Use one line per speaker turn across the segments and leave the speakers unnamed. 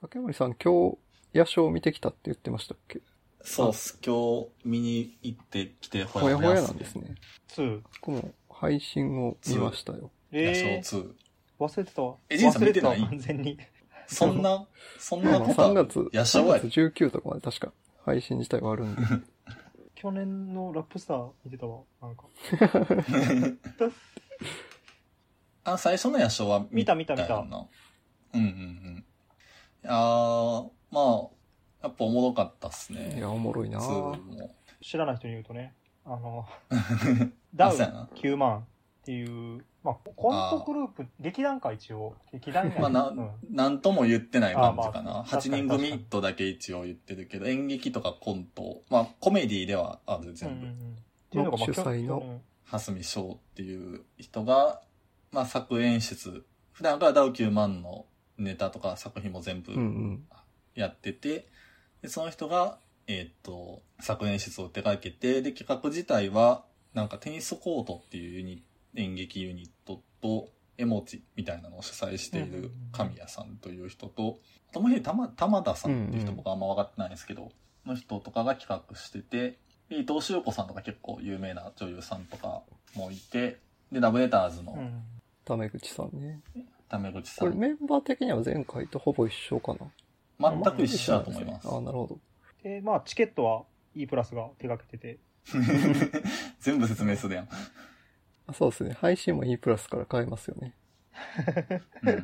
竹森さん、今日、夜ショー見てきたって言ってましたっけ
そうっす。今日見に行ってきてほ
ほや
やほ
ほ
や
や
っ
な
す
んですね。
2。
僕も配信を見ましたよ。
野鳥
えー、
2。
忘れてたわ。
えジンさん
忘れてたわ
見てない
完全に。
そんな、そん
ま
な
あ
こと
3月、3
野鳥や
月19とかまで確か配信自体はあるんで。
去年のラップスター見てたわ。なんか。
あ、最初の野鳥は
見た見た見た
よな。うんうんうん。あー、まあ、やっぱおもろかったっす
い
ね。
や、おもろいな
2
ぁ。
も。
知らない人に言うとね、あ の、ダウ
そうやな
ン9万っていう、まあ、コントグループ、劇団か一応。劇団や
まあな
うん
なんとも言ってない感じか
あーま
な。
あ
8人組とだけ一応言ってるけど、演劇とかコント、まあコメディではある
うんう
全
ん
部
う。んっていうのが、まあ、
主催の
去年
蓮見翔っていう人が、まあ、作演出普段からダウ9万のネタとか作品も全部
うんうん。
やってて、でその人が、えーっと作演出を手掛けてで企画自体はなんかテニスコートっていうユニ演劇ユニットと絵文字みたいなのを主催してい
うんうんう
る
ん
神谷さんという人とあともう一人玉玉田さんっていう
うんう
人
ん
僕あんま分かってないんですけど、の人とかが企画しててで伊藤修子さんとか結構有名な女優さんとかもいてでラブレターズ
う
の
ん。
タメ口さんね。
タメ口さ
こ
ん、
れメンバー的には前回とほぼ一緒かな。
全く一緒だと思います
ああ、なるほど。
で、まあ、チケットは E プラスが手掛けてて、
全部説明するや ん、
あそうですね。配信も E プラスから買えますよね。
うん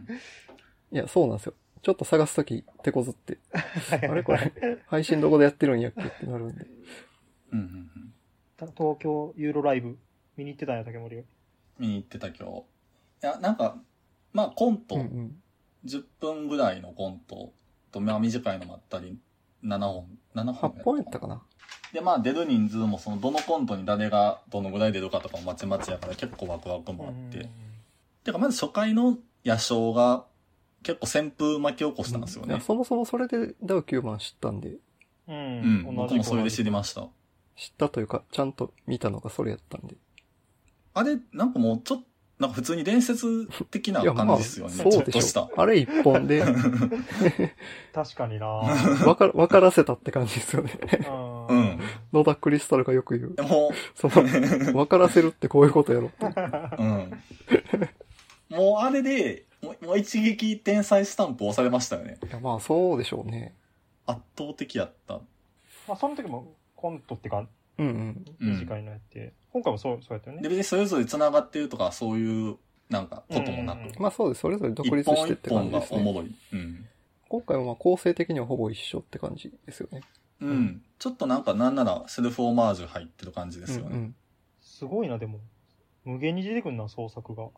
いや、そうなんですよ。ちょっと探すとき、手こずって。
あ
あれこれ、配信どこでやってるんやっけってなる んで。
うんうんうん
東京ユーロライブ見に行ってたんや、竹森が。
見に行ってた今日いやなんかまあコント、
うんうん。
10分ぐらいのコントと、まあ、短いのもあったり7本7本
8本やったかな。
でまあ出る人数もそのどのコントに誰がどのぐらい出るかとかもまちまちやから結構ワクワクもあって、てかまず初回の野鳥が結構旋風巻き起こしたんですよ
いや
ね、
そもそもそれでダウ9万知ったんで、
う。
うんん
同
僕
じ
もそれで知りました
知ったというか、ちゃんと見たのがそれやったんで。
あれなんかもうちょっとなんか普通に伝説的ない
や、ま
感
あ、
じですよね、ち
そ
ょ
う
っ
で
とし
したょ。あれ一本で、
確かにな
わか、わからせたって感じですよね。
う
うん
野田クリスタルがよく言う。
でも
その、わからせるってこういうことやろって。
うん。もうあれで、もうもう一撃天才スタンプ押されましたよね。
いや、まあ、そうでしょうね。
圧倒的やった。
まあ、その時もコントってか、
うんうん。
短いのやって、今回もそう、そうやったよ
で、
ね。
別にそれぞれ繋がってるとか、そういう、なんか、こともな
うん
く。
まあ、そうです。それぞれ独立
一
し
本
てっ
一
て感
本
じ
が
です
お
ね。
もろい。うん。
今回はまあ、構成的にはほぼ一緒って感じですよね。
うん。ちょっとなんか、なんなら、セルフオマージュ入ってる感じですよ
う
ね。
んうん。
すごいな、でも。無限に出てくるな、創作が。
い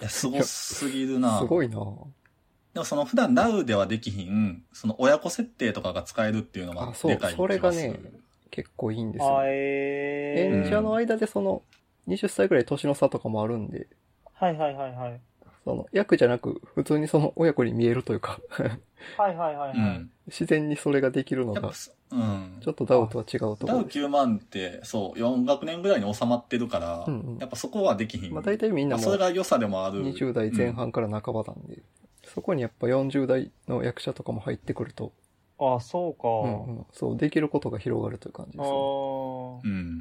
や、すごすぎるな
すごいな
でもその普段ダウではできひん、その親子設定とかが使えるっていうの
あ
は、
そう
でかい気がする。
それがね結構いいんです
あ
よ。
えー
演者の間でその、20歳ぐらい年の差とかもあるんで、
はいはいはいはい。
その、役じゃなく、普通にその親子に見えるというか、
はいはいはいはい。
うん。
自然にそれができるの
やっ
が
ぱ、、うん。
ちょっとダウとは違うとこ
ダウ
ろです。
9万って、そう、4学年ぐらいに収まってるから、
うんうん
やっぱそこはできひん。
まあ大体みんな
まあそ
も
れ
う
が良さでもある。
20代前半から半ばなんで、そこにやっぱ40代の役者とかも入ってくると、
あ、そうか。
うんうんそう、できることが広がるという感じ
あ
ですよ
う
ー
ん。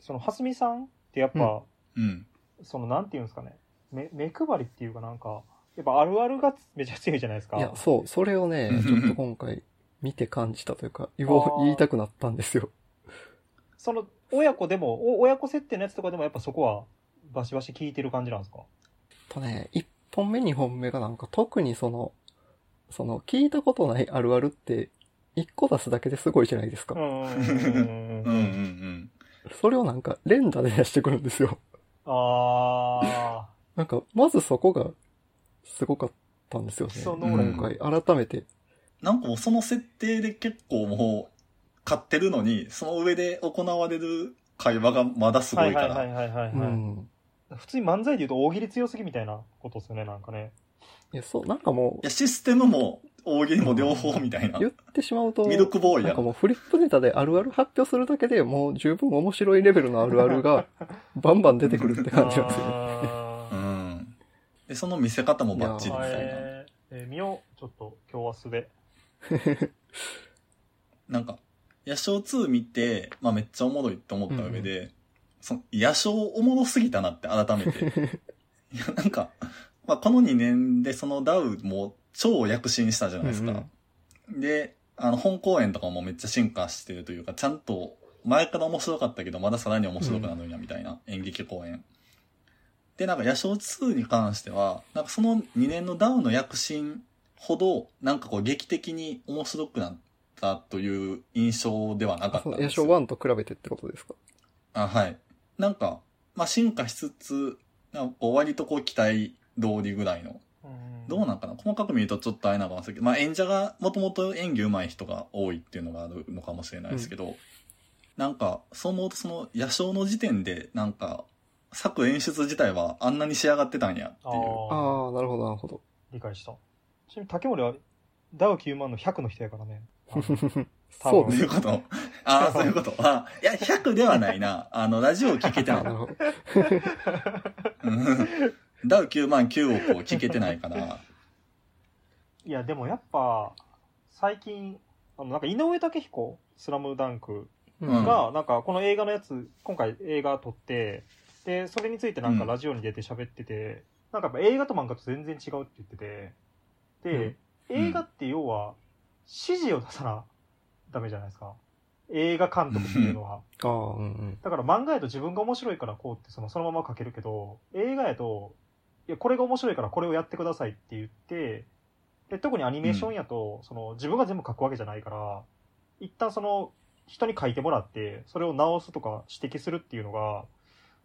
その、はすみさんってやっぱ、
うん。
その、なんていうんですかね。目、目配りっていうかなんか、やっぱあるあるがめちゃ強いじゃないですか。
ね。いや、そう、それをね、ちょっと今回見て感じたというか、言おう
あー
言いたくなったんですよ。
その、親子でも、お親子設定のやつとかでもやっぱそこは、バシバシ効いてる感じなんですか
とね、1本目2本目がなんか特にその、その聞いたことないあるあるって、1個出すだけですごいじゃないですか。
うんうんうんう
うんんう
う。
んんうん。
それをなんか連打で出してくるんですよ。
あ
なんか、まずそこが、すごかったんですよね。
そう
能力
今回、改めて。
なんかもうその設定で結構もう、買ってるのに、その上で行われる会話がま だす
ー。
ご
はいいは
か
いは
ら。
いはいはい、
う
はい
ん。
普通に漫才で言うと大喜利強すぎみたいなことですよね、なんかね。
いや、そう、なんかも、
いや、システムも、大喜利も両方みたいうな。
言ってしまうと、
ミルクボーイ
なん
や
か。もうフリップネタであるある発表するだけでもう十分面白いレベルのあるある がバンバン出てくるって感じなんですよね。
あ
う
ー
ん。で、その見せ方もバッチリみたい
は
な。
いえー見よう、ちょっと今日は素で。
なんか、野鳥2見て、まあめっちゃおもろいって思った上で、その、野鳥おもろすぎたなって改めて。 いや、なんか、まあこの2年でそのダウも超躍進したじゃないですか。
うん
で、あの、本公演とかもめっちゃ進化してるというか、ちゃんと、前から面白かったけど、まださらに面白くなるんや、みたいな演劇公演。で、なんか、野鳥2に関しては、なんかその2年のダウンの躍進ほど、なんかこう劇的に面白くなったという印象ではなかった
そ
ん
の
で
野
すよ。
鳥1と比べてってことですか
あ、はい。なんか、まあ進化しつつ、なんかこう割とこう期待通りぐらいのどう
な
なんかな細かく見るとちょっとあれなのかもしれないけど、まあ演者がもともと演技上手い人が多いっていうのがあるのかもしれないですけど、なんか、そう思うとその野鳥の時点で、なんか、作演出自体はあんなに仕上がってたんやっていう。
ああ、
ああ、なるほど、なるほど。
理解した。ちなみに竹森は、ダウ9万の100の人やか らね。あの多
そう
そう
ね
い。うこと。ああ、そういうこと。あいや、100ではないな。あの、ラジオ聞けて な
あ
い
なる。ほど。
うんダウ9万9をこう聞けてないから。
いや、でもやっぱ、最近、あの、なんか井上武彦、スラムダンク
うん
うん
が、なんかこの映画のやつ、今回映画撮って、で、それについてなん
う
か
ん
ラジオに出て喋ってて、なんかやっぱ映画と漫画と全然違うって言ってて、で、
うん
映画って要は、指示を出さなダメじゃないですか。映画監督っていうのは。
ああ、うんうん。
だから漫画やと自分が面白いからこうってそのそのまま書けるけど、映画やと、いや、これが面白いからこれをやってくださいって言って、で、特にアニメーションやと、その自分が全部書くわけじゃないから、一旦その人に書いてもらって、それを直すとか指摘するっていうのが、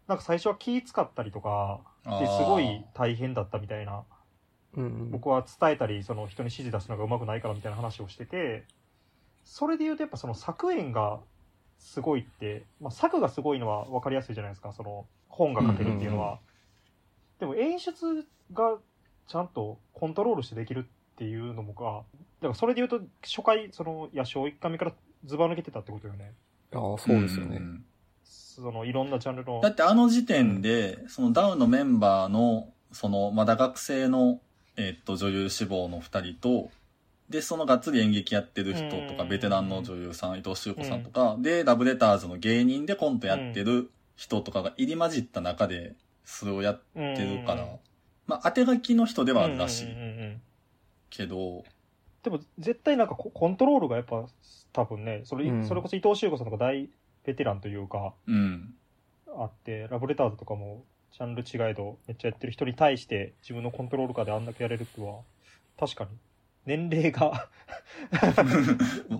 なんか最初は気使ったりとか、
あ
で
ー
すごい大変だったみたいな
うんうん。
僕は伝えたりその人に指示出すのがうまくないからみたいな話をしててそれで言うとやっぱその作演がすごいって、まあ、作がすごいのは分かりやすいじゃないですかその本が書けるっていうのは、でも演出がちゃんとコントロールしてできるっていうのもがだからそれで言うと初回その野鳥1回目からずば抜けてたってことよね
ああ、そうですよね。
ん
そのいろんなジャンルの
だってあの時点で、そのダウンのメンバーの、その、まだ学生の、えっと、女優志望の二人と、で、そのがっつり演劇やってる人とか、
うん
ベテランの女優さん、伊藤修子さんとか、で、ラブレターズの芸人でコントやってる人とかが入り混じった中で、それをやっ
うん
てるから、まあ、当て書きの人ではあるらし
うんう
い
んうんうん
けど、
でも絶対なんかココントロールがやっぱ多分ねそれ,、
うん
それこそ伊藤修子さんとか大ベテランというか
うん。
あってラブレターズとかもジャンル違いどめっちゃやってる人に対して自分のコントロール下であんだけやれるっては確かに年齢が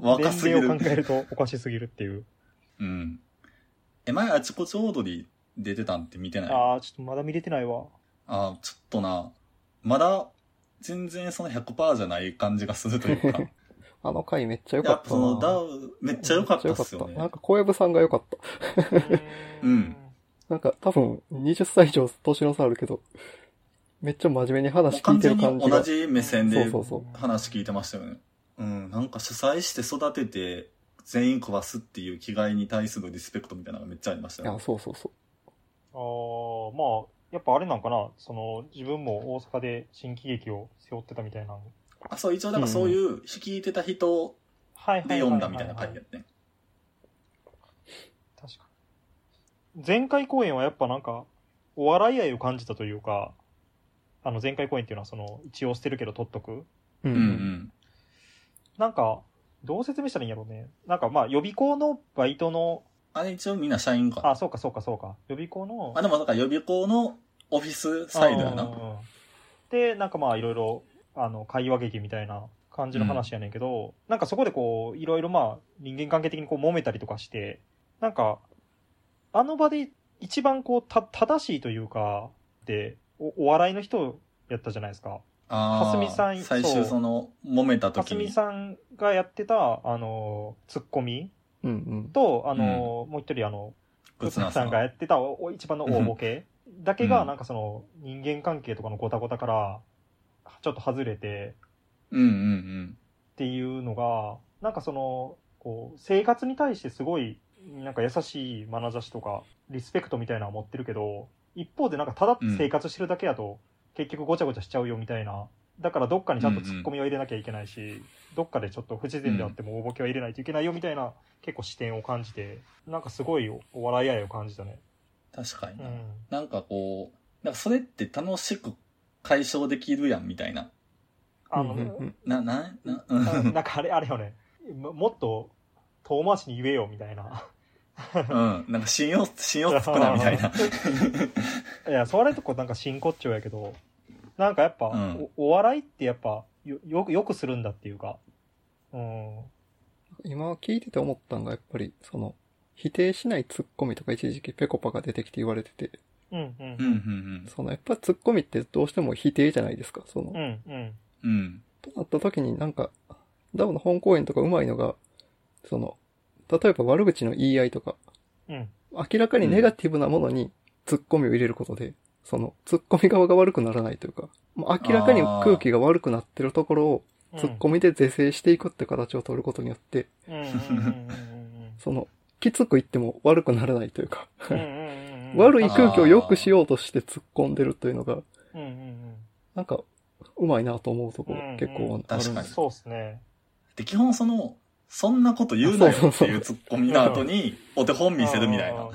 若すぎ
年齢を
る
考。えるとおかしすぎるっていう
うん。え、前、あちこちオードリー出てたんって見てない
ああちょっとまだ見れてないわ
あーちょっとな、まだ、全然その100%じゃない感じがすると いうか。
あの回めっちゃ良か
やっ
っ
ぱ
た
そ
な。
のダウ、めっちゃ良かったっすよ
めちゃ良かっ
ね
た。なん。か小籔さんが良かった。
うん
なんか多分20歳以上年の差あるけど、めっちゃ真面目に
も
話聞
う
い
完
て
全
る
に
感じ
同
が。
じ目線
そう
で
そうそ
話聞いてましたよね。うん、なんか主催して育てて、全員壊すっていう気概に対するリスペクトみたいなのがめっちゃありました
あ
よ。
そうそうそ
ああまあやっぱあれなんかなその自分も大阪で新喜劇を背負ってたみたいな
あ、そう、一応だからそういう、率いてた人
はい
で読んだみたいな回やってん。
確かに。前回公演はやっぱなんか、お笑い愛を感じたというか、あの前回公演っていうのはその、一応捨てるけど取っとく。
う。う
うんうん。
なんか、どう説明したらいいんやろうね。なんかまあ予備校のバイトの、
あれ一応みんな社員か。
あ、そうかそうかそうか。予備校の
あ、、でもなんか予備校のオフィスサイドや
うん
な。
うんうんで、なんかまあいろいろ、あの、会話劇みたいな感じの話やねんけど、なんかそこでこう、いろいろまあ人間関係的にこう揉めたりとかして、なんか、あの場で一番こう、た、正しいというか、で、おお笑いの人やったじゃないですか。
あ
かすみさ
あ、
ん
最
そう
終その、揉めた
かす
時に。
みさんがやってた、あの、ツッコミ
うんうん。
と、あの、もう一人あの、
グ
グ
ツ
ツ
ナ
ナ
さ
さ
ん
ん
が
がやってたおお一番の大ボケだけ
う
が、
ん
なんかその人間関係とかのごたごたから、ちょっと外れて
うんうんうん。
っていうのが、なんかその、こう、生活に対してすごい、なんか優しい眼差しとか、リスペクトみたいなのは持ってるけど、一方でなんかただ生活してるだけやと、結局ごちゃごちゃしちゃうよみたいなだからどっかにちゃんとツッコミを入れなきゃいけないし、どっかでちょっと不自然であっても大ボケは入れないといけないよみたいな、結構視点を感じて、なんかすごいおお笑い合いを感じたね。
確かに
う
な。
ん。
なんかこう、なんかそれって楽しく解消できるやん、みたいな。
あの、
うんうん
な、な、な、う
あ
ん。
なんかあれ、あれよね。ももっと遠回しに言えよみたいな。
うん。なんか信用、信用つくな、みたい な。
いや、それとこなんか真骨頂やけど、なんかやっぱ、
うん
おお笑いってやっぱよ、よく、よくするんだっていうか。うん。
今聞いてて思ったんが、やっぱり、その、否定しないツッコミとか一時期ペコパが出てきて言われてて、
うんうん
うん、うん、
その、やっぱツッコミってどうしても否定じゃないですか、その
う。んうん
うん。うん。
となった時になんか、ダウの本公演とかうまいのが、その、例えば悪口の言い合いとか、
うん
明らかにネガティブなものにツッコミを入れることで、その、ツッコミ側が悪くならないというか、もう明らかに空気が悪くなってるところを、
うん
ツッコミで是正していくって形を取ることによって、
うんうんうんうん
その、きつく言っても悪くならないというか、
うんうんうん
悪い空気を良くしようとして突っ込んでるというのが、
うんうん
なんか、うまいなと思うところ結構あるんです
うんうん確か
うん
に
そうっすね。
で、基本その、そんなこと言うなよっていうツッコミの後に、お手本見せるみたいな。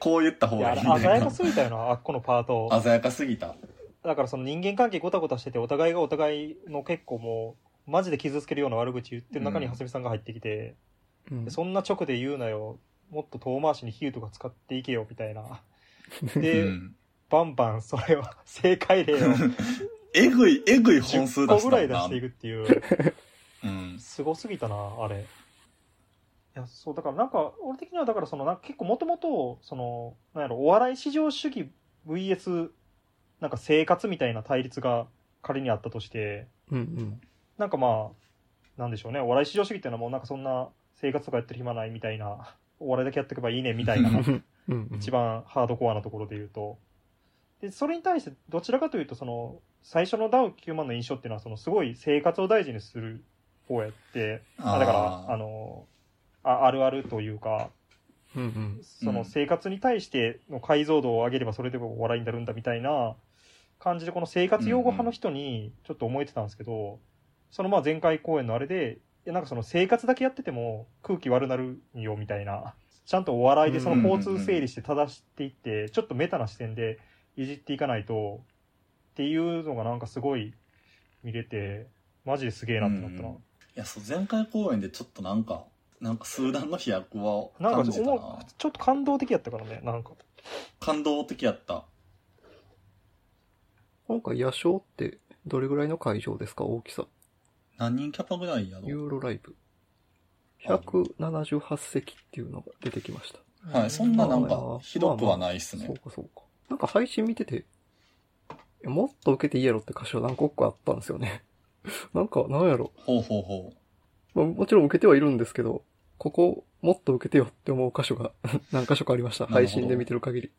こう言った
う
方
ん。い
が
や、
いいみ
鮮
たい
やか
な。
すぎたよな、あっこのパート。
鮮やかすぎた。
だからその人間関係ごたごたしてて、お互いがお互いの結構もう、マジで傷つけるような悪口言ってる中に、
うん
はすみさんが入ってきて、
うん
でそんな直で言うなよ、もっと遠回しに比喩とか使っていけよ、みた いな。で、
うん
バンバンそれは正解例を
えぐい、えぐい 本数
10
出
個
し
ぐ
たも
らい
ん
出
な
していくっていう、
うん。
すごすぎたな、あれ。いや、そう、だからなんか、俺的にはだからその、なんか結構もともと、その、なんやろ、お笑い至上主義 VS、なんか生活みたいな対立が仮にあったとして、
うんうん。
なんかまあ、なんでしょうね、お笑い至上主義っていうのはもうなんかそんな生活とかやってる暇ないみたいな、お笑いだけやっていけばいいねみたい な、
うんうん
一番ハードコアなところで言うと。で、それに対してどちらかというと、その、最初のダウ9万の印象っていうのは、そのすごい生活を大事にする方やって、あだ
あ
か
ー
ら、あの、ああるあるというか、
うんうん
そうの
ん
生活に対しての解像度を上げればそれでもお笑いになるんだみたいな感じでこの生活用語派の人にちょっと思えてたんですけど、そのまあ前回公演のあれでいやなんかその生活だけやってても空気悪なるよみたいなちゃんとお笑いでその交通整理して正していって、ちょっとメタな視点でいじっていかないとっていうのがなんかすごい見れてマジですげえなってなったな。
うんいや、そう、前回公演でちょっとなんか、なんか数段の飛躍は
なん
感
か
じ
ちょ
たな。
ちょっと感動的やったからね、なんか。
感動的やった。
今回、野賞ってどれぐらいの会場ですか、大きさ。
何人キャパぐらいやろ
ユーロライブ。178席っていうのが出てきました。
はい、そんななん
まあま
か
あ、
ひどくはないっすね。
そうかそうか。なんか配信見てて、いやもっと受けていいやろって箇所何個かあったんですよね。 なんか、なんやろ。
ほうほうほ
まあ、もちろん受けてはいるんですけど、ここ、もっと受けてよって思う箇所が 何箇所かありました。
なるほど
配信で見てる限り。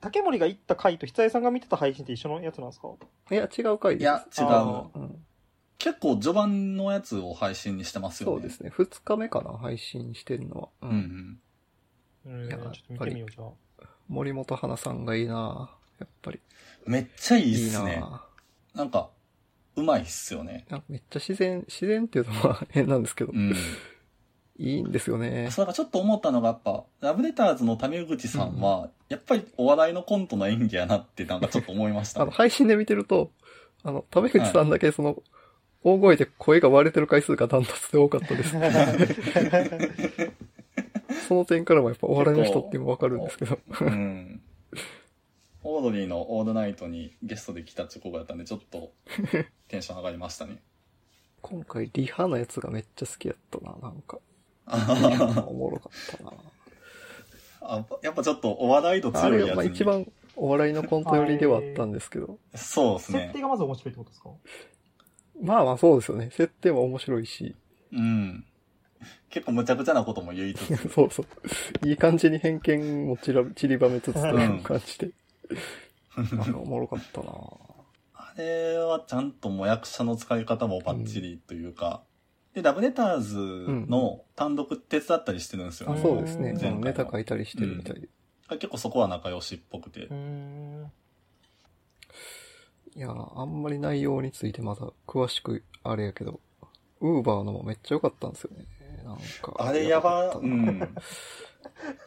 竹森が行った回と久江さんが見てた配信って一緒のやつなんですか
いや、違う回
う。
です。
いや、違
あ
う
ー。
うん
結構序盤のやつを配信にしてますよね。
そうですね。2日目かな、配信してるのは。う
うんうん。
うん
い
ち
や
ょっと見てみようじゃあ
森本花さんがいいなぁやっぱり。
めっちゃい
い
いっす
な
ね。
ぁ
なんか、うまいっすよね。
なんかめっちゃ自然、自然っていうのは変なんですけど、
うん。
いいんですよね。
そう、だからちょっと思ったのがやっぱ、ラブレターズの谷口さんは、やっぱりお笑いのコントの演技やなってなんかちょっと思いました
あ の、
ね。
配信で見てると、あの、為口さんだけその、大声で声が割れてる回数がダントツで多かった です。その点からもやっぱお笑いの人ってもわかるんですけど。
うん。オードリーのオールナイトにゲストで来たチョコがやったんで、ちょっとテンション上がりましたね。
今回リハのやつがめっちゃ好きやったな、なん か。リハ
あ
おもろかったな。
やっぱちょっとお笑い度
あ
強
れ
い
が
や
まあ
つ
一
に。
番お笑いのコント寄りではあったんですけど。
そうです
設
ね
定。がまず面白いってことですか
まあまあそうですよね。設定も面白い し。
うん。結構むちゃくちゃなことも言いつつ。
そうそう。いい感じに偏見もちら散りばめつつという感じで。なんかおもろかったな
あれはちゃんともう役者の使い方もバッチリというか、で、ラブレターズの単独手伝ったりしてるんですよ
あ
ね。
そうですねあ
前。回
の
は
ネタ書いたりしてるみたいで。
結構そこは仲良しっぽくて
うー。ん。
いやー、あんまり内容についてまだ詳しくあれやけど、ウーバーのもめっちゃ良かったんですよね。なんか。
あれやば、
う。
うん ん。
なんか、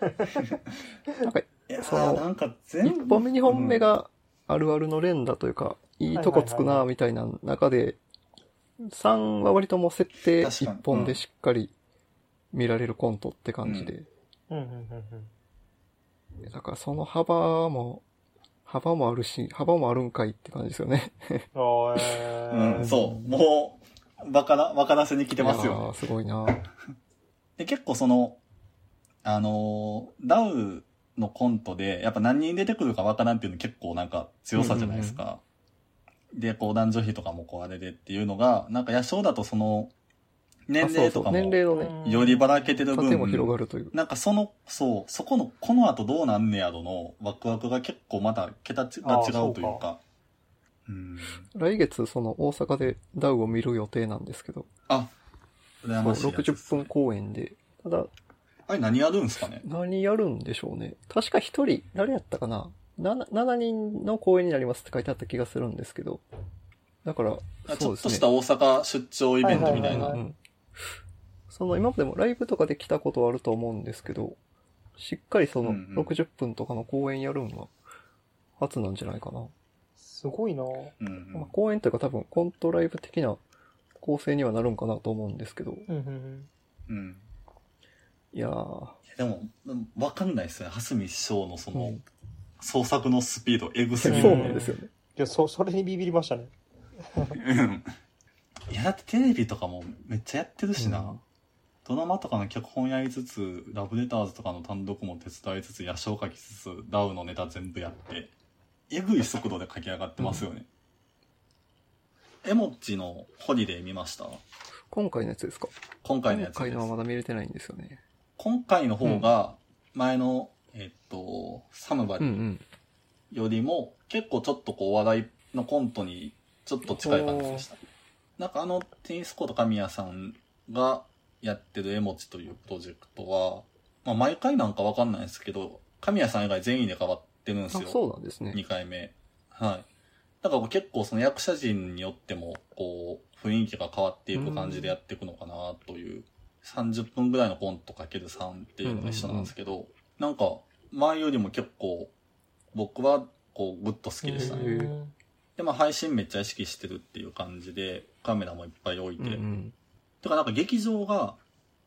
いやー
その
なんか全
1
部。
本目2本目があるあるの連打というか、いいとこつくなーみたいな中で、3は割ともう設定
確かに
1本でしっかり見られるコントって感じで。
うんうんうん
だからその幅も、幅もあるし、幅もあるんかいって感じですよね。
うん。あー
うん、そう。もう、バカな、バカなせに来てますよね
あ。ーすごいな
で、結構その、あのーダウのコントで、やっぱ何人出てくるかわからんっていうの結構なんか強さじゃないですか。で、こう男女比とかもこうあれでっていうのが、なんか野生だとその、
あ
年
そう
齢
そ
と
う
かも、
年齢のね、
よりばらけてる
縦も
分、
広がるという。
なんかその、そう、そこの、この後どうなんねやろのワクワクが結構また桁ちが
あー
違うとい
そうう
か。うん。
来月、その大阪でダウを見る予定なんですけど、
あ、羨
そう
ましいやつで
60
す
分公演で。ただ、
あれ何やるんすかね
何やるんでしょうね。確か一人、誰やったかな 7, ?7 人の公演になりますって書いてあった気がするんですけど。だから、
あち
そ
ょ
う
っ
です
と
ね。
した大阪出張イベントみたい
は
な
は。
うんその今までもライブとかで来たことはあると思うんですけど、しっかりその
うんうん
60分とかの公演やるんは初なんじゃないかな。
すごいな
うんう
まあ
ん、
公演というか多分コントライブ的な構成にはなるんかなと思うんですけど。
うんうんうん。
うん。
いやー、
いやでも、うんわかんないですね。蓮見翔のその、
うん
創作のスピード、エグ
そ
すぎ
う
る。
なんですよね。
いや、そ、それにビビりましたね。
うんいや、だってテレビとかもめっちゃやってるしな。
うん
ドラマとかの脚本やりつつ、ラブレターズとかの単独も手伝いつつ、野生書きつつ、ダウのネタ全部やって、えぐい速度で書き上がってますよね。エモッチのホリデー見ました
今回のやつですか
今回のやつ
今回
です
のはまだ見れてないんですよね。
今回の方が、前の、えっと、サムバ
う
リ
んうん。
よりも、結構ちょっとこうお笑いのコントにちょっと近い感じでした。なんかあのテニスコート神谷さんがやってる絵持ちというプロジェクトは、まあ毎回なんかわかんないですけど、神谷さん以外全員で変わってるんです
あ
よ。、
そうなんですね。
2回目。はい。だから結構その役者陣によっても、こう、雰囲気が変わっていく感じでやっていくのかなという、30分ぐらいのコントかける3っていうのが一緒なんですけど、なんか、前よりも結構、僕は、こう、ぐっと好きでした
へ
ね。
ー
で、まあ配信めっちゃ意識してるっていう感じで、カメラもいっぱい置いて、
うんうん
てかなんか劇場が、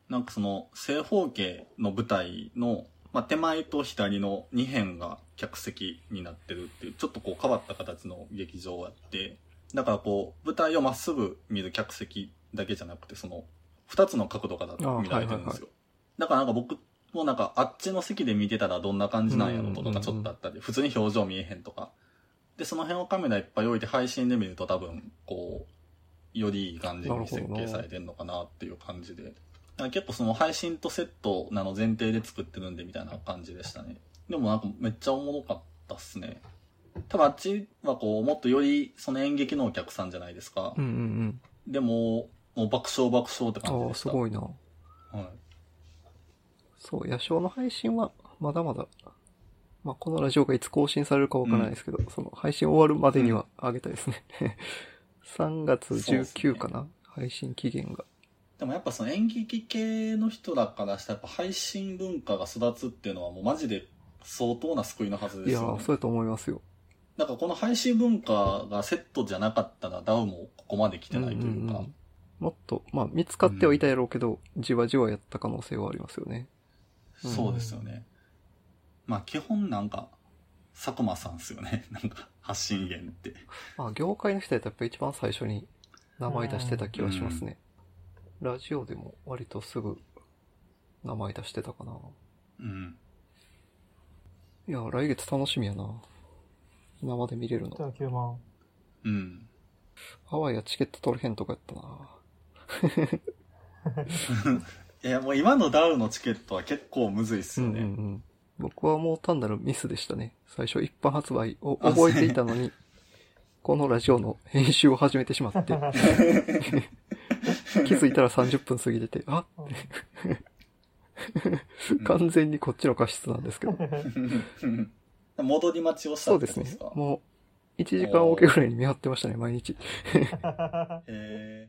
なんかその正方形の舞台の、まあ、手前と左の2辺が客席になってるっていう、ちょっとこう変わった形の劇場があって、だからこう舞台をまっすぐ見る客席だけじゃなくて、その2つの角度から見られてるんですよ。だからなんか僕もなんかあっちの席で見てたらどんな感じなんやろとかちょっとあったり、普通に表情見えへんとか。で、その辺をカメラいっぱい置いて配信で見ると多分、こう、よりいい感じに設計されてんのかなっていう感じで。なんか結構その配信とセットなの前提で作ってるんでみたいな感じでしたね。でもなんかめっちゃおもろかったっすね。多分あっちはこう、もっとよりその演劇のお客さんじゃないですか
う。んうん
でも、もう爆笑爆笑って感
う
じ
ん。ああ、
でし
す
た。
ごいな。
はい。
そう、野生の配信はまだまだ、まあ、このラジオがいつ更新されるかわからないですけど、その配信終わるまでには上げたいですね。3月19かな、配信期限が。
でもやっぱその演劇系の人らからしたらやっぱ配信文化が育つっていうのはもうマジで相当な救いのはず
い
です
や
よ、
ー、
ね
そ。うやと思いますよ。
なんかこの配信文化がセットじゃなかったらダウもここまで来てないというか。
うんうんうんもっと、まあ、見つかってはいたやろうけど、じわじわやった可能性はありますよね。うん
そうですよね。まあ基本なんか佐久間さんですよね。 なんか発信源って。
まあ、業界の人やったらやっぱ一番最初に名前出してた気はしますね。ラジオでも割とすぐ名前出してたかな。
うん。
いや、来月楽しみやな。生で見れる
じゃ
の。
あ9万。
うん。
ハワイはチケット取れへんとかやったな。
いやもう今のダウのチケットは結構むずいっすよね。
うんうんうん。僕はもう単なるミスでしたね。最初一般発売を
あ
覚えていたのに、このラジオの編集を始めてしま って、気づいたら30分過ぎてて、あ完全にこっちの過失なんですけど。
戻り待ちをした
そ
っ
う
て
です
こと
ね
ですか。
も1時間おきぐらいに見張ってましたね、毎日。
へえ。